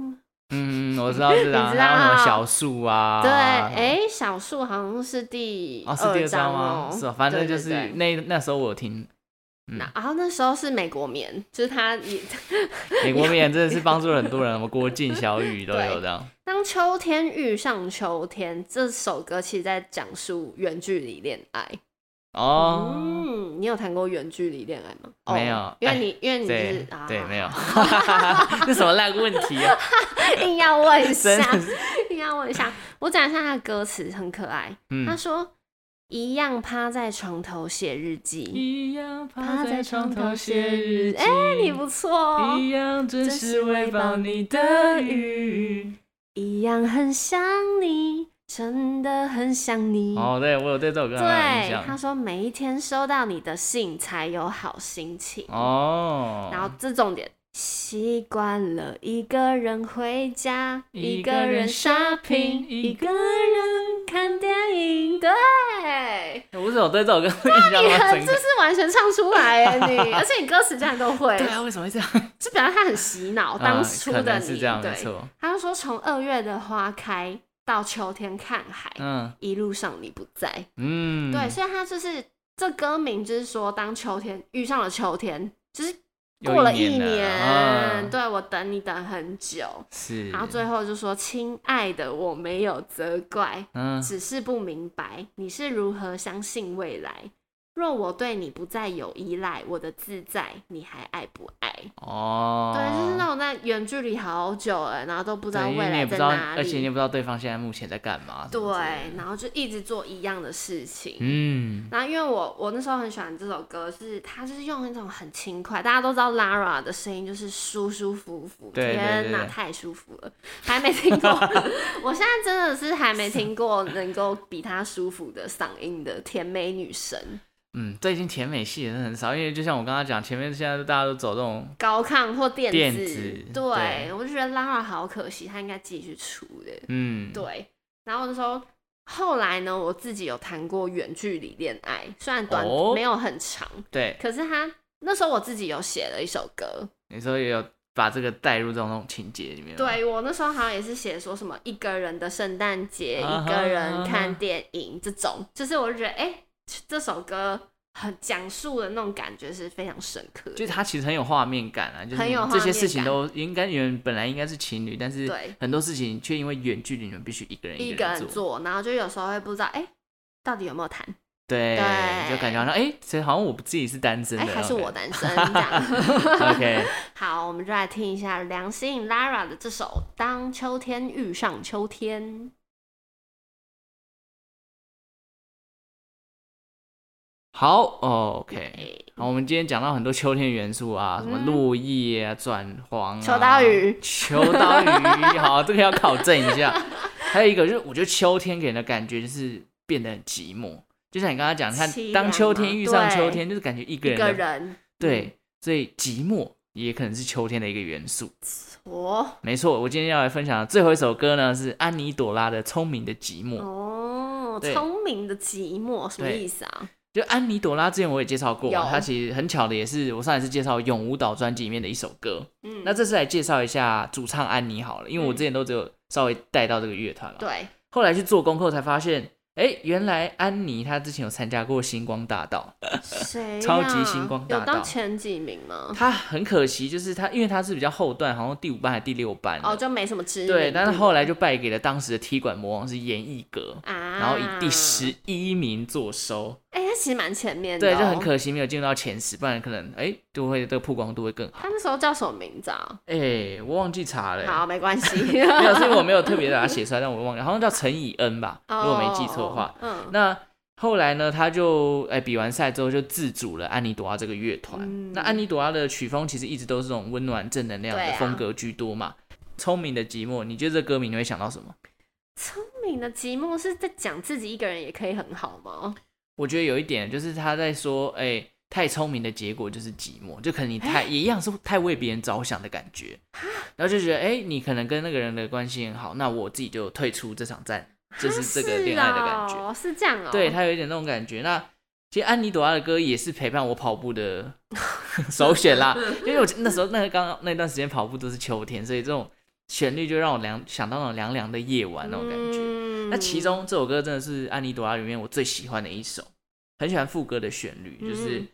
[SPEAKER 1] 嗯，我知道，知道，
[SPEAKER 2] 你知道
[SPEAKER 1] 还有什么小树啊，
[SPEAKER 2] 对，哎、小树好像是第
[SPEAKER 1] 哦，是第二
[SPEAKER 2] 张
[SPEAKER 1] 吗？
[SPEAKER 2] 哦
[SPEAKER 1] 是哦，反正
[SPEAKER 2] 对
[SPEAKER 1] 就
[SPEAKER 2] 对
[SPEAKER 1] 是
[SPEAKER 2] 对
[SPEAKER 1] 那那时候我有听嗯
[SPEAKER 2] 那然后那时候是美国棉，就是它也
[SPEAKER 1] 美国面真的是帮助了很多人，我国境小雨都 有这样。
[SPEAKER 2] 当秋天遇上秋天这首歌，其实在讲述远距离恋爱。
[SPEAKER 1] 哦，
[SPEAKER 2] 嗯，你有谈过远距离恋爱吗？哦
[SPEAKER 1] 没有
[SPEAKER 2] 因
[SPEAKER 1] 哎
[SPEAKER 2] 为你因为你
[SPEAKER 1] 对
[SPEAKER 2] 就是啊，
[SPEAKER 1] 对，没有， 这什么烂问题啊？
[SPEAKER 2] 硬要 问一
[SPEAKER 1] 真
[SPEAKER 2] 下
[SPEAKER 1] 的，是，
[SPEAKER 2] 硬要问一下。我讲一下他的歌词，很可爱。他
[SPEAKER 1] 嗯，
[SPEAKER 2] 说：“一样趴在床头写日记，
[SPEAKER 1] 一样
[SPEAKER 2] 趴
[SPEAKER 1] 趴
[SPEAKER 2] 在
[SPEAKER 1] 在
[SPEAKER 2] 床
[SPEAKER 1] 床
[SPEAKER 2] 头
[SPEAKER 1] 头
[SPEAKER 2] 写
[SPEAKER 1] 写
[SPEAKER 2] 日
[SPEAKER 1] 日
[SPEAKER 2] 记。
[SPEAKER 1] 记，
[SPEAKER 2] 哎、你不错哦，
[SPEAKER 1] 一样，真是喂饱你的鱼。
[SPEAKER 2] 一样很想你，真的很想你。
[SPEAKER 1] 哦，对，我有对这首歌很有印
[SPEAKER 2] 对，他
[SPEAKER 1] 象。
[SPEAKER 2] 说每一天收到你的信才有好心情。
[SPEAKER 1] 哦，
[SPEAKER 2] 然后这重点，习惯了一个人回家，一
[SPEAKER 1] 一
[SPEAKER 2] 个
[SPEAKER 1] 个
[SPEAKER 2] 人
[SPEAKER 1] 人
[SPEAKER 2] shopping，
[SPEAKER 1] shopping，
[SPEAKER 2] 一
[SPEAKER 1] 一
[SPEAKER 2] 个人看电影。对，
[SPEAKER 1] 我为什么对这首歌印象
[SPEAKER 2] 你
[SPEAKER 1] 那么
[SPEAKER 2] 很
[SPEAKER 1] 深
[SPEAKER 2] 这
[SPEAKER 1] 刻？
[SPEAKER 2] 是完全唱出来耶， 你，而且你歌词竟然都会
[SPEAKER 1] 对，啊，为什么会这样？
[SPEAKER 2] 就表示他很洗脑。当初
[SPEAKER 1] 啊可
[SPEAKER 2] 的
[SPEAKER 1] 能
[SPEAKER 2] 你，
[SPEAKER 1] 是这样，没
[SPEAKER 2] 对，
[SPEAKER 1] 错。
[SPEAKER 2] 他就说从二月的花开到秋天看海，
[SPEAKER 1] 嗯
[SPEAKER 2] 一路上你不在。
[SPEAKER 1] 嗯，
[SPEAKER 2] 对，所以他就是这歌名就是说，当秋天遇上了秋天，就是
[SPEAKER 1] 又
[SPEAKER 2] 过了
[SPEAKER 1] 一
[SPEAKER 2] 一
[SPEAKER 1] 年了
[SPEAKER 2] 年，
[SPEAKER 1] 嗯
[SPEAKER 2] 对我等你等很久，
[SPEAKER 1] 是。
[SPEAKER 2] 然后最后就说：“亲爱的，我没有责怪，
[SPEAKER 1] 嗯
[SPEAKER 2] 只是不明白你是如何相信未来。若我对你不再有依赖，我的自在，你还爱不爱？”
[SPEAKER 1] 哦，
[SPEAKER 2] 对，就是那种在远距离好久了，然后都不知道
[SPEAKER 1] 对因
[SPEAKER 2] 未
[SPEAKER 1] 为你也
[SPEAKER 2] 来
[SPEAKER 1] 不
[SPEAKER 2] 在
[SPEAKER 1] 知道，
[SPEAKER 2] 哪
[SPEAKER 1] 而且你也
[SPEAKER 2] 里，
[SPEAKER 1] 不知道对方现在目前在干嘛。什么之类
[SPEAKER 2] 对，
[SPEAKER 1] 的
[SPEAKER 2] 然后就一直做一样的事情，
[SPEAKER 1] 嗯，
[SPEAKER 2] 然后因为我我那时候很喜欢这首歌，是它就是用那种很轻快，大家都知道 Lara 的声音就是舒舒服服，
[SPEAKER 1] 对对
[SPEAKER 2] 天哪，
[SPEAKER 1] 对对
[SPEAKER 2] 太舒服了，还没听过， 我现在真的是还没听过能够比她舒服的嗓音的甜美女神，
[SPEAKER 1] 嗯，最近甜美系也是很少，因为就像我刚刚讲，前面现在大家都走这种，
[SPEAKER 2] 高亢或电子，
[SPEAKER 1] 电子
[SPEAKER 2] 对
[SPEAKER 1] 对
[SPEAKER 2] 我就觉得 Lara 好可惜，她应该继续出的，
[SPEAKER 1] 嗯，
[SPEAKER 2] 对，然后那时候。后来呢，我自己有谈过远距离恋爱，虽然短、
[SPEAKER 1] 哦
[SPEAKER 2] 没有很长，
[SPEAKER 1] 对，
[SPEAKER 2] 可是他那时候我自己有写了一首歌，
[SPEAKER 1] 你说也有把这个带入这种那种情节里面吗，
[SPEAKER 2] 对我那时候好像也是写说什么一个人的圣诞节，
[SPEAKER 1] 啊
[SPEAKER 2] 一
[SPEAKER 1] 哈
[SPEAKER 2] 个人看
[SPEAKER 1] 啊哈
[SPEAKER 2] 电影这种，就是我就觉得哎、诶这首歌很讲述的那种感觉是非常深刻的，
[SPEAKER 1] 就是它其实很有画面感啊，就是
[SPEAKER 2] 很有画面
[SPEAKER 1] 这
[SPEAKER 2] 感
[SPEAKER 1] 些事情都应该原本来应该是情侣，但是
[SPEAKER 2] 对
[SPEAKER 1] 很多事情却因为远距离，你们必须一个人
[SPEAKER 2] 一
[SPEAKER 1] 一
[SPEAKER 2] 个
[SPEAKER 1] 个
[SPEAKER 2] 人
[SPEAKER 1] 人，
[SPEAKER 2] 做，然后就有时候会不知道哎、诶到底有没有谈，
[SPEAKER 1] 对，
[SPEAKER 2] 对
[SPEAKER 1] 就感觉好像哎，谁好像我自己是单身
[SPEAKER 2] 哎、
[SPEAKER 1] 的，
[SPEAKER 2] 还是我
[SPEAKER 1] 的
[SPEAKER 2] 单身这样。
[SPEAKER 1] ，OK，
[SPEAKER 2] 好，我们就来听一下梁心 Lara 的这首《当秋天遇上秋天》。
[SPEAKER 1] 好，OK，哦
[SPEAKER 2] 哎
[SPEAKER 1] 好，我们今天讲到很多秋天元素啊，什么落叶啊、转黄、啊、
[SPEAKER 2] 嗯秋刀鱼
[SPEAKER 1] 秋刀鱼， 好，这个要考证一下。还有一个就是，我觉得秋天给人的感觉就是变得很寂寞，就像你刚刚讲，你
[SPEAKER 2] 凄
[SPEAKER 1] 看
[SPEAKER 2] 凉
[SPEAKER 1] 当秋天
[SPEAKER 2] 嘛
[SPEAKER 1] 遇上
[SPEAKER 2] 对
[SPEAKER 1] 秋天，就是感觉一个
[SPEAKER 2] 一
[SPEAKER 1] 人
[SPEAKER 2] 个
[SPEAKER 1] 的
[SPEAKER 2] 人，
[SPEAKER 1] 对，所以寂寞也可能是秋天的一个元素。
[SPEAKER 2] 哦
[SPEAKER 1] 没错，我今天要来分享的最后一首歌呢，是安妮朵拉的《聪明的寂寞》。
[SPEAKER 2] 哦，
[SPEAKER 1] 对
[SPEAKER 2] 聪明的寂寞什么
[SPEAKER 1] 对
[SPEAKER 2] 意思啊？
[SPEAKER 1] 就安妮朵拉之前我也介绍过啊
[SPEAKER 2] 有，
[SPEAKER 1] 她其实很巧的也是我上一次介绍《永舞蹈》专辑里面的一首歌。
[SPEAKER 2] 嗯，
[SPEAKER 1] 那这次来介绍一下主唱安妮好了，因为我
[SPEAKER 2] 嗯
[SPEAKER 1] 之前都只有稍微带到这个乐团嘛。
[SPEAKER 2] 对，
[SPEAKER 1] 后来去做功课才发现，哎、原来安妮她之前有参加过星光大道，
[SPEAKER 2] 嗯谁呀
[SPEAKER 1] 超级星光大道
[SPEAKER 2] 有到前几名吗？
[SPEAKER 1] 她很可惜，就是她因为她是比较后段，好像第五班还是第六班的
[SPEAKER 2] 哦，就没什么知名
[SPEAKER 1] 嗯
[SPEAKER 2] 度。
[SPEAKER 1] 对，但是后来就败给了当时的踢馆魔王是严艺格。
[SPEAKER 2] 啊，
[SPEAKER 1] 然后以第，十一名坐收，
[SPEAKER 2] 哎，他其实蛮前面的，哦
[SPEAKER 1] 对，就很。可惜没有进入到前十，不然可能哎就会这个曝光度会更好。
[SPEAKER 2] 他那时候叫什么名字啊？
[SPEAKER 1] 哎、我忘记查了、
[SPEAKER 2] 好，没关系，
[SPEAKER 1] 没有，是因为我没有特别把它写出来，但我忘了，好像叫陈以恩吧，如果没记错的话。
[SPEAKER 2] 哦，嗯，
[SPEAKER 1] 那后来呢，他就哎、比完赛之后就自主了安妮朵拉这个乐团。
[SPEAKER 2] 嗯
[SPEAKER 1] 那安妮朵拉的曲风其实一直都是这种温暖正能量
[SPEAKER 2] 对
[SPEAKER 1] 的
[SPEAKER 2] 啊
[SPEAKER 1] 风格居多嘛。聪明的寂寞，你觉得这歌名你会想到什么？
[SPEAKER 2] 聪明的寂寞是在讲自己一个人也可以很好吗？
[SPEAKER 1] 我觉得有一点就是他在说，哎、太聪明的结果就是寂寞，就可能你
[SPEAKER 2] 哎
[SPEAKER 1] 太也一样是太为别人着想的感觉，
[SPEAKER 2] 啊
[SPEAKER 1] 然后就觉得，哎、你可能跟那个人的关系很好，那我自己就退出这场战，就是这个恋爱的感觉。
[SPEAKER 2] 啊，是哦是这样哦。
[SPEAKER 1] 对，他有一点那种感觉。那其实安妮朵拉的歌也是陪伴我跑步 的首选啦，因为我那时候那个刚那段时间跑步都是秋天，所以这种旋律就让我凉想到那种凉凉的夜晚那种感觉。
[SPEAKER 2] 嗯
[SPEAKER 1] 那其中这首歌真的是安妮朵拉里面我最喜欢的一首，很喜欢副歌的旋律，就是
[SPEAKER 2] 嗯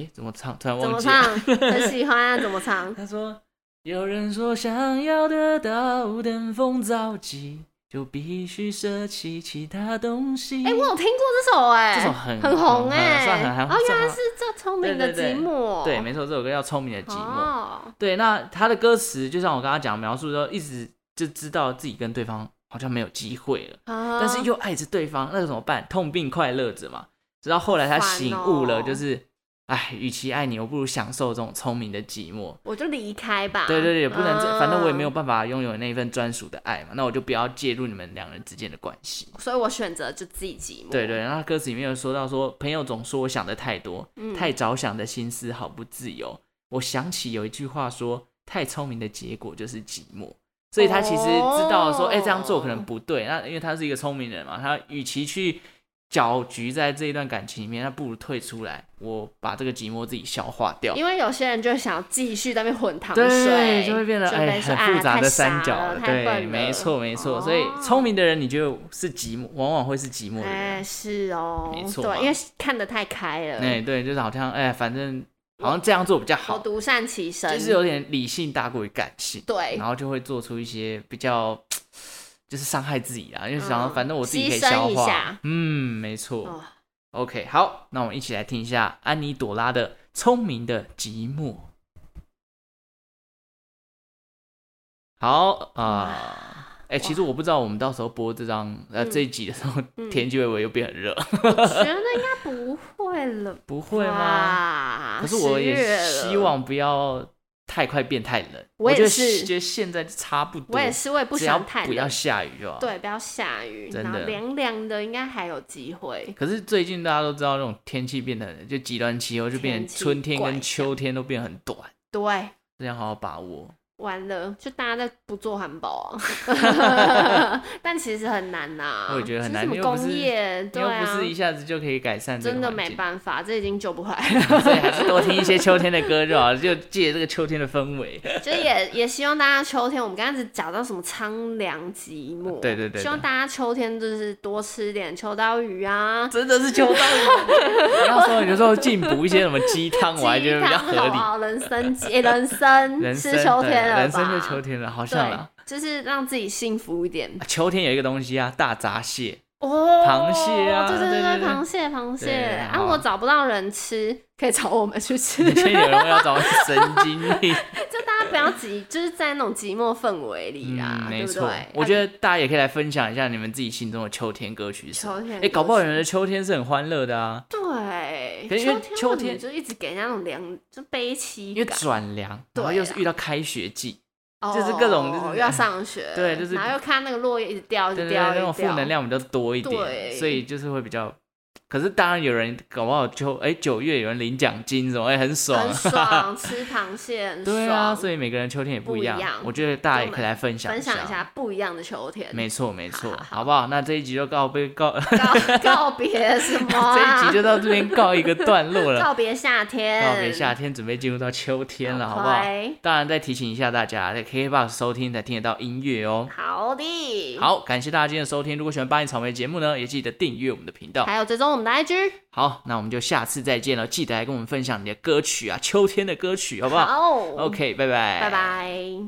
[SPEAKER 1] 哎，怎么唱？突然
[SPEAKER 2] 怎
[SPEAKER 1] 忘
[SPEAKER 2] 么
[SPEAKER 1] 记
[SPEAKER 2] 唱
[SPEAKER 1] 了。？
[SPEAKER 2] 很喜欢啊，怎 么唱？
[SPEAKER 1] 他说：“有人说，想要得到登峰造极，就必须舍弃其他东西。”
[SPEAKER 2] 哎、我有听过这首哎、
[SPEAKER 1] 这首很
[SPEAKER 2] 很
[SPEAKER 1] 很
[SPEAKER 2] 红
[SPEAKER 1] 嗯
[SPEAKER 2] 哎、
[SPEAKER 1] 算很很
[SPEAKER 2] 哦，原来
[SPEAKER 1] 算
[SPEAKER 2] 是这《聪明的
[SPEAKER 1] 对对
[SPEAKER 2] 寂寞》
[SPEAKER 1] 对，没错，这首歌叫《聪明的寂寞》。
[SPEAKER 2] 哦，
[SPEAKER 1] 对，那他的歌词就像我刚刚讲描述的时候，一直就知道自己跟对方好像没有机会了，
[SPEAKER 2] 啊
[SPEAKER 1] 但是又爱着对方，那怎么办？痛并快乐着嘛。直到后来他
[SPEAKER 2] 好烦
[SPEAKER 1] 醒
[SPEAKER 2] 哦
[SPEAKER 1] 悟了，就是，哎、与其爱你，我不如享受这种聪明的寂寞。
[SPEAKER 2] 我就离开吧。
[SPEAKER 1] 对对对，不能这，反正我也没有
[SPEAKER 2] 啊嗯，
[SPEAKER 1] 办法拥有那一份专属的爱嘛，那我就不要介入你们两人之间的关系。
[SPEAKER 2] 所以我选择就自己寂寞。
[SPEAKER 1] 对对，然后歌词里面有说到说，朋友总说我想的太多，
[SPEAKER 2] 嗯
[SPEAKER 1] 太着想的心思好不自由。我想起有一句话说，太聪明的结果就是寂寞。所以他其实知道说，哎、这样做可
[SPEAKER 2] 哦
[SPEAKER 1] 能不对。那因为他是一个聪明人嘛，他与其去搅局在这一段感情里面，那不如退出来，我把这个寂寞自己消化掉。
[SPEAKER 2] 因为有些人就想要继续在那边混糖水，
[SPEAKER 1] 对，就会变得
[SPEAKER 2] 就
[SPEAKER 1] 哎
[SPEAKER 2] 被说
[SPEAKER 1] 很复杂
[SPEAKER 2] 啊
[SPEAKER 1] 的
[SPEAKER 2] 太
[SPEAKER 1] 三角
[SPEAKER 2] 傻了，太笨
[SPEAKER 1] 对，
[SPEAKER 2] 了
[SPEAKER 1] 没错没错。所以聪。
[SPEAKER 2] 哦
[SPEAKER 1] 明的人，你就是寂寞，往往会是寂寞的人
[SPEAKER 2] 哎，。是哦，
[SPEAKER 1] 没错嘛
[SPEAKER 2] 对，因为看得太开了，
[SPEAKER 1] 哎、对，就是好像哎、反正好像这样做比较
[SPEAKER 2] 我
[SPEAKER 1] 好，
[SPEAKER 2] 独善其身，
[SPEAKER 1] 就是有点理性大过于感性，
[SPEAKER 2] 对
[SPEAKER 1] 然后就会做出一些比较就是伤害自己啊，因为想要
[SPEAKER 2] 嗯
[SPEAKER 1] 反正我自己可以
[SPEAKER 2] 牺牲
[SPEAKER 1] 消
[SPEAKER 2] 一
[SPEAKER 1] 化
[SPEAKER 2] 下，
[SPEAKER 1] 嗯，没错。
[SPEAKER 2] 哦
[SPEAKER 1] OK，好，那我们一起来听一下安妮朵拉的《聪明的寂寞》。好啊，哎、其实我不知道我们到时候播这张呃、
[SPEAKER 2] 嗯
[SPEAKER 1] 这一集的时候，
[SPEAKER 2] 嗯
[SPEAKER 1] 天气会不会又变很热？
[SPEAKER 2] 我觉得应该不会了吧，
[SPEAKER 1] 不会吗？可是我
[SPEAKER 2] 10月啊
[SPEAKER 1] 也
[SPEAKER 2] 了
[SPEAKER 1] 希，望不要太快变太冷。
[SPEAKER 2] 我也
[SPEAKER 1] 觉得
[SPEAKER 2] 是
[SPEAKER 1] 觉得现在差不多。
[SPEAKER 2] 我也是，我也不
[SPEAKER 1] 只要
[SPEAKER 2] 想太
[SPEAKER 1] 不要
[SPEAKER 2] 冷
[SPEAKER 1] 下雨就好。。
[SPEAKER 2] 对，不要下雨，
[SPEAKER 1] 真的
[SPEAKER 2] 然后凉凉的，应该还有机会。
[SPEAKER 1] 可是最近大家都知道，这种天气变得就极端气候，就变成
[SPEAKER 2] 天气
[SPEAKER 1] 春天
[SPEAKER 2] 怪
[SPEAKER 1] 跟
[SPEAKER 2] 象
[SPEAKER 1] 秋天都变很短，
[SPEAKER 2] 对，
[SPEAKER 1] 这样好好把握。
[SPEAKER 2] 完了，就大家在不做环保 啊，但其实很难呐、
[SPEAKER 1] 我也觉得很难
[SPEAKER 2] 就是什么工业，对
[SPEAKER 1] 又不
[SPEAKER 2] 啊
[SPEAKER 1] 是，一下子就可以改善这个
[SPEAKER 2] 真的
[SPEAKER 1] 环
[SPEAKER 2] 没
[SPEAKER 1] 境，
[SPEAKER 2] 办法，这已经救不回来 了。
[SPEAKER 1] 所以还是多听一些秋天的歌就好，就借这个秋天的氛围。
[SPEAKER 2] 就是也也希望大家秋天，我们刚刚只讲到什么苍凉寂 寞，
[SPEAKER 1] 对对对对
[SPEAKER 2] 希望大家秋天就是多吃点秋刀鱼啊，
[SPEAKER 1] 真的是秋到你，然后说有时候进补一些什么鸡汤， 我还觉得比较
[SPEAKER 2] 鸡
[SPEAKER 1] 合
[SPEAKER 2] 汤好
[SPEAKER 1] 理
[SPEAKER 2] 不。好人 参鸡、诶人参，
[SPEAKER 1] 人生
[SPEAKER 2] 吃秋
[SPEAKER 1] 对
[SPEAKER 2] 天了吧，
[SPEAKER 1] 人生就秋天了，好像啦。
[SPEAKER 2] 对，就是让自己幸福一点
[SPEAKER 1] 啊秋天有一个东西啊，大闸蟹，
[SPEAKER 2] 哦。
[SPEAKER 1] 螃蟹啊
[SPEAKER 2] 对
[SPEAKER 1] 对
[SPEAKER 2] 对
[SPEAKER 1] 对对
[SPEAKER 2] 螃蟹螃蟹
[SPEAKER 1] 对
[SPEAKER 2] 啊，
[SPEAKER 1] 好
[SPEAKER 2] 我找不到人吃，可以找我们去吃。
[SPEAKER 1] 所以有人要找我神经病。
[SPEAKER 2] 就大家不要急，就是在那种寂寞氛围里啦，
[SPEAKER 1] 嗯，
[SPEAKER 2] 对
[SPEAKER 1] 没
[SPEAKER 2] 不
[SPEAKER 1] 错
[SPEAKER 2] 对？。
[SPEAKER 1] 我
[SPEAKER 2] 啊
[SPEAKER 1] 觉得大家也可以来分享一下你们自己心中的秋天歌曲是什么。
[SPEAKER 2] 秋天
[SPEAKER 1] 哎，搞不好有
[SPEAKER 2] 歌曲
[SPEAKER 1] 人的秋天是很欢乐的啊，
[SPEAKER 2] 对，
[SPEAKER 1] 可是因为
[SPEAKER 2] 秋
[SPEAKER 1] 秋
[SPEAKER 2] 天为什么
[SPEAKER 1] 天
[SPEAKER 2] 就一直给人家那种凉，就悲凄
[SPEAKER 1] 因为
[SPEAKER 2] 感，
[SPEAKER 1] 转凉，然后
[SPEAKER 2] 对
[SPEAKER 1] 又是
[SPEAKER 2] 啊
[SPEAKER 1] 遇到开学季，
[SPEAKER 2] 哦
[SPEAKER 1] 就是各种就是
[SPEAKER 2] 又要上学，
[SPEAKER 1] 对就是
[SPEAKER 2] 然后又看那个落叶一直掉，一
[SPEAKER 1] 对对
[SPEAKER 2] 直
[SPEAKER 1] 对，
[SPEAKER 2] 掉，
[SPEAKER 1] 那种
[SPEAKER 2] 一直
[SPEAKER 1] 负
[SPEAKER 2] 掉
[SPEAKER 1] 能，量比较多一点，
[SPEAKER 2] 啊对
[SPEAKER 1] 所以就是会比较。可是当然有人搞不好秋哎九月有人领奖金什么哎很爽
[SPEAKER 2] 很，爽，吃螃蟹很爽，
[SPEAKER 1] 对啊，所以每个人秋天也不
[SPEAKER 2] 不
[SPEAKER 1] 一
[SPEAKER 2] 一
[SPEAKER 1] 样
[SPEAKER 2] 样。
[SPEAKER 1] 我觉得大家
[SPEAKER 2] 跟
[SPEAKER 1] 也
[SPEAKER 2] 我
[SPEAKER 1] 可以
[SPEAKER 2] 们
[SPEAKER 1] 来分享
[SPEAKER 2] 分享一下不一样的秋天，
[SPEAKER 1] 没错，没错，
[SPEAKER 2] 好好
[SPEAKER 1] 好不好？那这一集就告被告，
[SPEAKER 2] 告告别什么啊、
[SPEAKER 1] 这一集就到这边告一个段落了。
[SPEAKER 2] 告别夏天，
[SPEAKER 1] 告别夏天，准备进入到秋天了，好不好
[SPEAKER 2] OK？
[SPEAKER 1] 当然，再提醒一下大家，在 KKBOX 收听才听得到音乐哦。
[SPEAKER 2] 好的，，
[SPEAKER 1] 好，感谢大家今天的收听。如果喜欢《八音草莓》节目呢，也记得订阅我们的频道。
[SPEAKER 2] 还有追踪我们的 IG，
[SPEAKER 1] 好，那我们就下次再见了。记得来跟我们分享你的歌曲啊，秋天的歌曲，好不好
[SPEAKER 2] 好
[SPEAKER 1] o k 拜拜，
[SPEAKER 2] 拜。拜。